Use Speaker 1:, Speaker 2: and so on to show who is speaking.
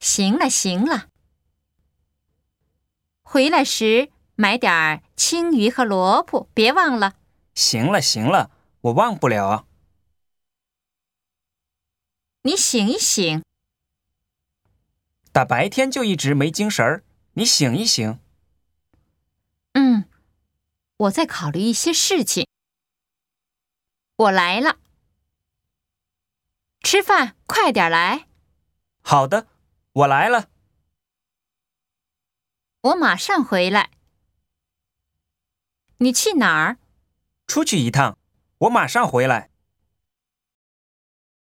Speaker 1: 行了行了。回来时买点儿青鱼和萝卜，别忘了。
Speaker 2: 行了行了，我忘不了。
Speaker 1: 你醒一醒，
Speaker 2: 大白天就一直没精神儿，你醒一醒。
Speaker 1: 嗯，我在考虑一些事情。我来了，吃饭快点来，
Speaker 2: 好的，我来了。
Speaker 1: 我马上回来。你去哪儿？
Speaker 2: 出去一趟，我马上回来。